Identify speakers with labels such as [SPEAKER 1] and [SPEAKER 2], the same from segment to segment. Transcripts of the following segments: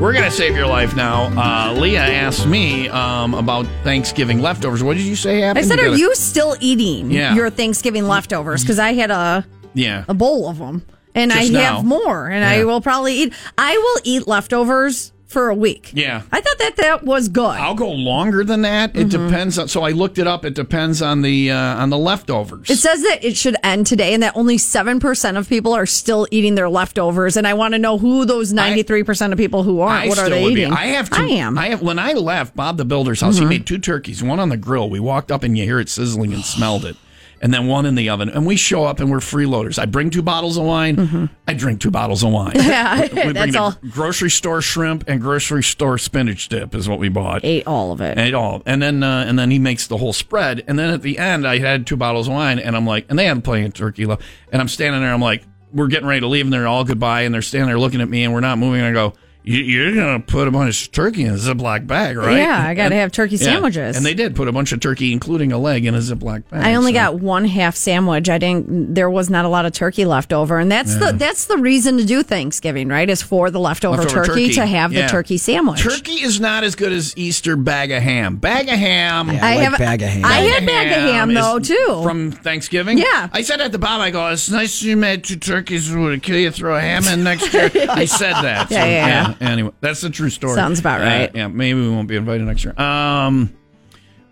[SPEAKER 1] We're going to save your life now. Uh, Leah asked me um, about Thanksgiving leftovers. What did you say
[SPEAKER 2] I
[SPEAKER 1] happened?
[SPEAKER 2] said,
[SPEAKER 1] gotta-
[SPEAKER 2] are you still eating
[SPEAKER 1] Yeah.
[SPEAKER 2] your Thanksgiving leftovers? Because I had a,
[SPEAKER 1] Yeah.
[SPEAKER 2] a bowl of them and I
[SPEAKER 1] Just now.
[SPEAKER 2] have more and
[SPEAKER 1] Yeah.
[SPEAKER 2] I will probably eat. I will eat leftovers for a week.
[SPEAKER 1] Yeah.
[SPEAKER 2] I thought that that was good.
[SPEAKER 1] I'll go longer than that. It
[SPEAKER 2] Mm-hmm.
[SPEAKER 1] depends on. So I looked it up. It depends on the uh, on the leftovers.
[SPEAKER 2] It says that it should end today and that only 7% of people are still eating their leftovers. And I want to know who those 93% of people who aren't,
[SPEAKER 1] I
[SPEAKER 2] what are
[SPEAKER 1] still
[SPEAKER 2] they
[SPEAKER 1] would be-
[SPEAKER 2] eating?
[SPEAKER 1] I have. To,
[SPEAKER 2] I am. Mm-hmm.
[SPEAKER 1] I have. When I left Bob the Builder's house, he made two turkeys, one on the grill. We walked up and you hear it sizzling and smelled it, and then one in the oven. And we show up and we're freeloaders. I bring two bottles of wine. I drink two bottles of wine.
[SPEAKER 2] Mm-hmm. yeah,
[SPEAKER 1] we bring
[SPEAKER 2] that's
[SPEAKER 1] the
[SPEAKER 2] all.
[SPEAKER 1] grocery store shrimp and grocery store spinach dip is what we bought.
[SPEAKER 2] Ate all of it.
[SPEAKER 1] and it all. And then uh, and then he makes the whole spread. And then at the end, I had two bottles of wine, and I'm like, and they had plenty of turkey left. And I'm standing there, I'm like, we're getting ready to leave, and they're all goodbye, and they're standing there looking at me, and we're not moving. And I go, "You- you're gonna put a bunch of turkey in a Ziploc bag, right?
[SPEAKER 2] Yeah, I got to have turkey
[SPEAKER 1] Yeah.
[SPEAKER 2] sandwiches.
[SPEAKER 1] And they did put a bunch of turkey, including a leg, in a Ziploc bag.
[SPEAKER 2] I only
[SPEAKER 1] so-
[SPEAKER 2] got one half sandwich. I didn't. There was not a lot of turkey left over, and that's the that's the reason to do Thanksgiving, right? Is for the leftover,
[SPEAKER 1] Leftover
[SPEAKER 2] turkey, to have
[SPEAKER 1] Yeah.
[SPEAKER 2] the turkey sandwich.
[SPEAKER 1] Turkey is not as good as Easter bag of ham. Bag of ham.
[SPEAKER 3] Yeah, I, like bag of ham.
[SPEAKER 2] I had bag of ham
[SPEAKER 1] is
[SPEAKER 2] though too.
[SPEAKER 1] From Thanksgiving?
[SPEAKER 2] Yeah.
[SPEAKER 1] I said at the bottom, I go, it's nice you made two turkeys. Would it kill you? Throw a ham in next year. I said that.
[SPEAKER 2] Yeah, yeah, yeah.
[SPEAKER 1] Anyway, that's the true story.
[SPEAKER 2] Sounds about
[SPEAKER 1] Uh,
[SPEAKER 2] right.
[SPEAKER 1] yeah, maybe we won't be invited next year. Um,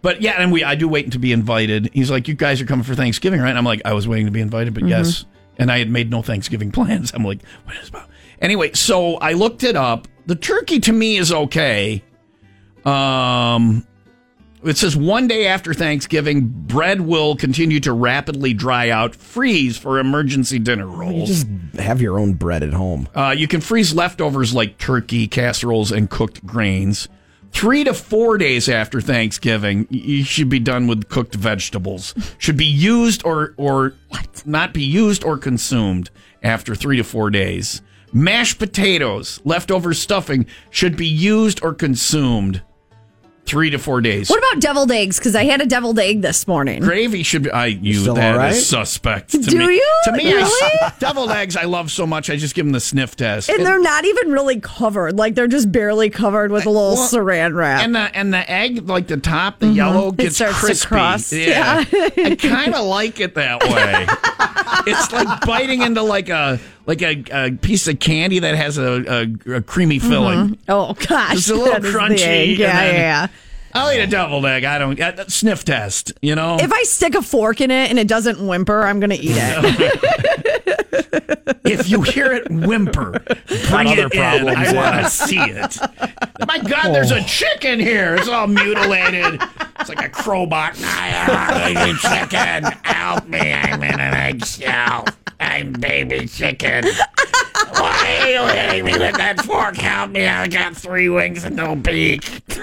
[SPEAKER 1] but yeah, and we I do wait to be invited. He's like, you guys are coming for Thanksgiving, right? And I'm like, I was waiting to be invited, but
[SPEAKER 2] Mm-hmm.
[SPEAKER 1] yes. And I had made no Thanksgiving plans. I'm like, what is about? Anyway, so I looked it up. The turkey to me is okay. Um, it says one day after Thanksgiving, bread will continue to rapidly dry out. Freeze for emergency dinner
[SPEAKER 3] You
[SPEAKER 1] rolls.
[SPEAKER 3] just have your own bread at home.
[SPEAKER 1] Uh, you can freeze leftovers like turkey, casseroles, and cooked grains. Three to four days after Thanksgiving, y- you should be done with cooked vegetables. Should be used or or not be used or consumed after three to four days. Mashed potatoes, leftover stuffing, should be used or consumed three to four days.
[SPEAKER 2] what about deviled eggs? Because I had a deviled egg this morning.
[SPEAKER 1] Gravy should be. I you
[SPEAKER 3] Still
[SPEAKER 1] that is
[SPEAKER 3] all right?
[SPEAKER 1] suspect. To
[SPEAKER 2] Do
[SPEAKER 1] me.
[SPEAKER 2] you?
[SPEAKER 1] To me, I s-
[SPEAKER 2] Really?
[SPEAKER 1] deviled eggs. I love so much. I just give them the sniff test.
[SPEAKER 2] And they're not even really covered; like they're just barely covered with a little
[SPEAKER 1] Well,
[SPEAKER 2] saran wrap.
[SPEAKER 1] And the and the egg, like the top, the yellow gets
[SPEAKER 2] Mm-hmm. starts to
[SPEAKER 1] crispy.
[SPEAKER 2] crust,
[SPEAKER 1] Yeah, I kind of like it that way. it's like biting into like a like a, a piece of candy that has a, a, a creamy filling.
[SPEAKER 2] oh gosh,
[SPEAKER 1] Just a little
[SPEAKER 2] that is the
[SPEAKER 1] crunchy,
[SPEAKER 2] egg.
[SPEAKER 1] and
[SPEAKER 2] Yeah,
[SPEAKER 1] then-
[SPEAKER 2] yeah, yeah.
[SPEAKER 1] I'll eat a deviled egg. I don't uh, sniff test. You know.
[SPEAKER 2] If I stick a fork in it and it doesn't whimper, I'm gonna eat it.
[SPEAKER 1] if you hear it whimper, bring
[SPEAKER 3] Other
[SPEAKER 1] it in.
[SPEAKER 3] problems,
[SPEAKER 1] I
[SPEAKER 3] yeah.
[SPEAKER 1] want to see it. My God, there's a chicken here. It's all mutilated. It's like a crowbot. I am a chicken. Help me. I'm in an eggshell. I'm baby chicken. Why are you hitting me with that fork? Help me. I've got three wings and no beak.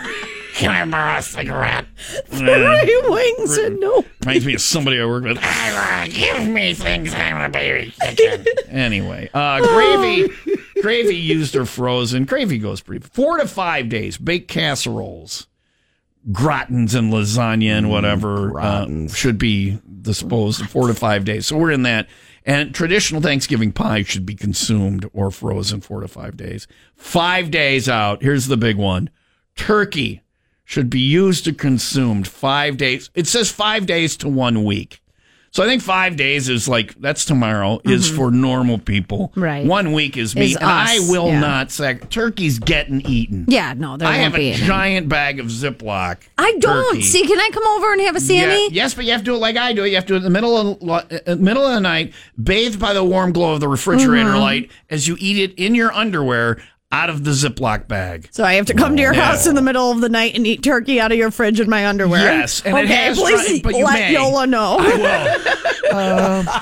[SPEAKER 1] Can I borrow a cigarette? Mm.
[SPEAKER 2] Three wings and no.
[SPEAKER 1] Reminds me of somebody I work with. I will give me things I'm a baby chicken. anyway, uh, gravy, gravy used or frozen. Gravy goes pretty four to five days. Baked casseroles, gratins, and lasagna and whatever uh, should be disposed of four to five days. So we're in that. And traditional Thanksgiving pie should be consumed or frozen four to five days. Five days out. Here's the big one: turkey should be used to consumed five days. It says five days to one week. So I think five days is like that's tomorrow is for normal people.
[SPEAKER 2] Right.
[SPEAKER 1] One week is me.
[SPEAKER 2] Is
[SPEAKER 1] and I
[SPEAKER 2] us,
[SPEAKER 1] will
[SPEAKER 2] yeah.
[SPEAKER 1] not sack turkey's getting eaten.
[SPEAKER 2] Yeah, no, there
[SPEAKER 1] I
[SPEAKER 2] won't
[SPEAKER 1] have
[SPEAKER 2] be.
[SPEAKER 1] a
[SPEAKER 2] any.
[SPEAKER 1] giant bag of Ziploc.
[SPEAKER 2] I don't.
[SPEAKER 1] turkey.
[SPEAKER 2] See, can I come over and have a
[SPEAKER 1] Yeah,
[SPEAKER 2] Sammy?
[SPEAKER 1] yes, but you have to do it like I do. it. You have to do it in the middle of lo- uh, middle of the night, bathed by the warm glow of the refrigerator light, as you eat it in your underwear out of the Ziploc bag.
[SPEAKER 2] So I have to come to your
[SPEAKER 1] Yeah.
[SPEAKER 2] house in the middle of the night and eat turkey out of your fridge in my underwear.
[SPEAKER 1] Yes, and
[SPEAKER 2] okay,
[SPEAKER 1] it has
[SPEAKER 2] please
[SPEAKER 1] tried, but you
[SPEAKER 2] let
[SPEAKER 1] may.
[SPEAKER 2] Yola know.
[SPEAKER 1] I will. Uh,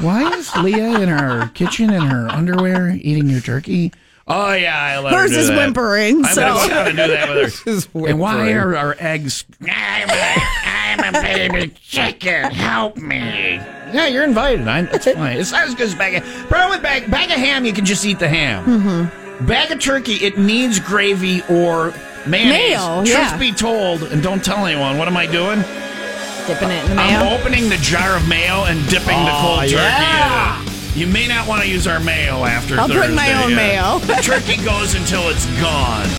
[SPEAKER 1] why is Leah in her kitchen in her underwear eating your turkey? Oh yeah, I let
[SPEAKER 2] Hers
[SPEAKER 1] her do
[SPEAKER 2] is
[SPEAKER 1] that.
[SPEAKER 2] whimpering,
[SPEAKER 1] I'm
[SPEAKER 2] so-
[SPEAKER 1] gonna, I'm gonna do that with her.
[SPEAKER 3] Hers is
[SPEAKER 1] And why
[SPEAKER 3] whimpering.
[SPEAKER 1] are our eggs? I'm a, I'm a baby chicken. Help me. Yeah, you're invited. I, that's fine. It's not as good as bag of. Problem with bag bag of ham, you can just eat the ham.
[SPEAKER 2] Mm-hmm.
[SPEAKER 1] Bag of turkey, it needs gravy or mayonnaise.
[SPEAKER 2] Mayo,
[SPEAKER 1] Truth
[SPEAKER 2] yeah.
[SPEAKER 1] be told, and don't tell anyone. What am I doing?
[SPEAKER 2] Dipping it in the
[SPEAKER 1] I'm opening the jar of mayo and dipping the cold turkey in it. You may not want to use our mayo after
[SPEAKER 2] I'll bring my
[SPEAKER 1] Thursday,
[SPEAKER 2] own
[SPEAKER 1] yeah.
[SPEAKER 2] mayo.
[SPEAKER 1] the turkey goes until it's gone.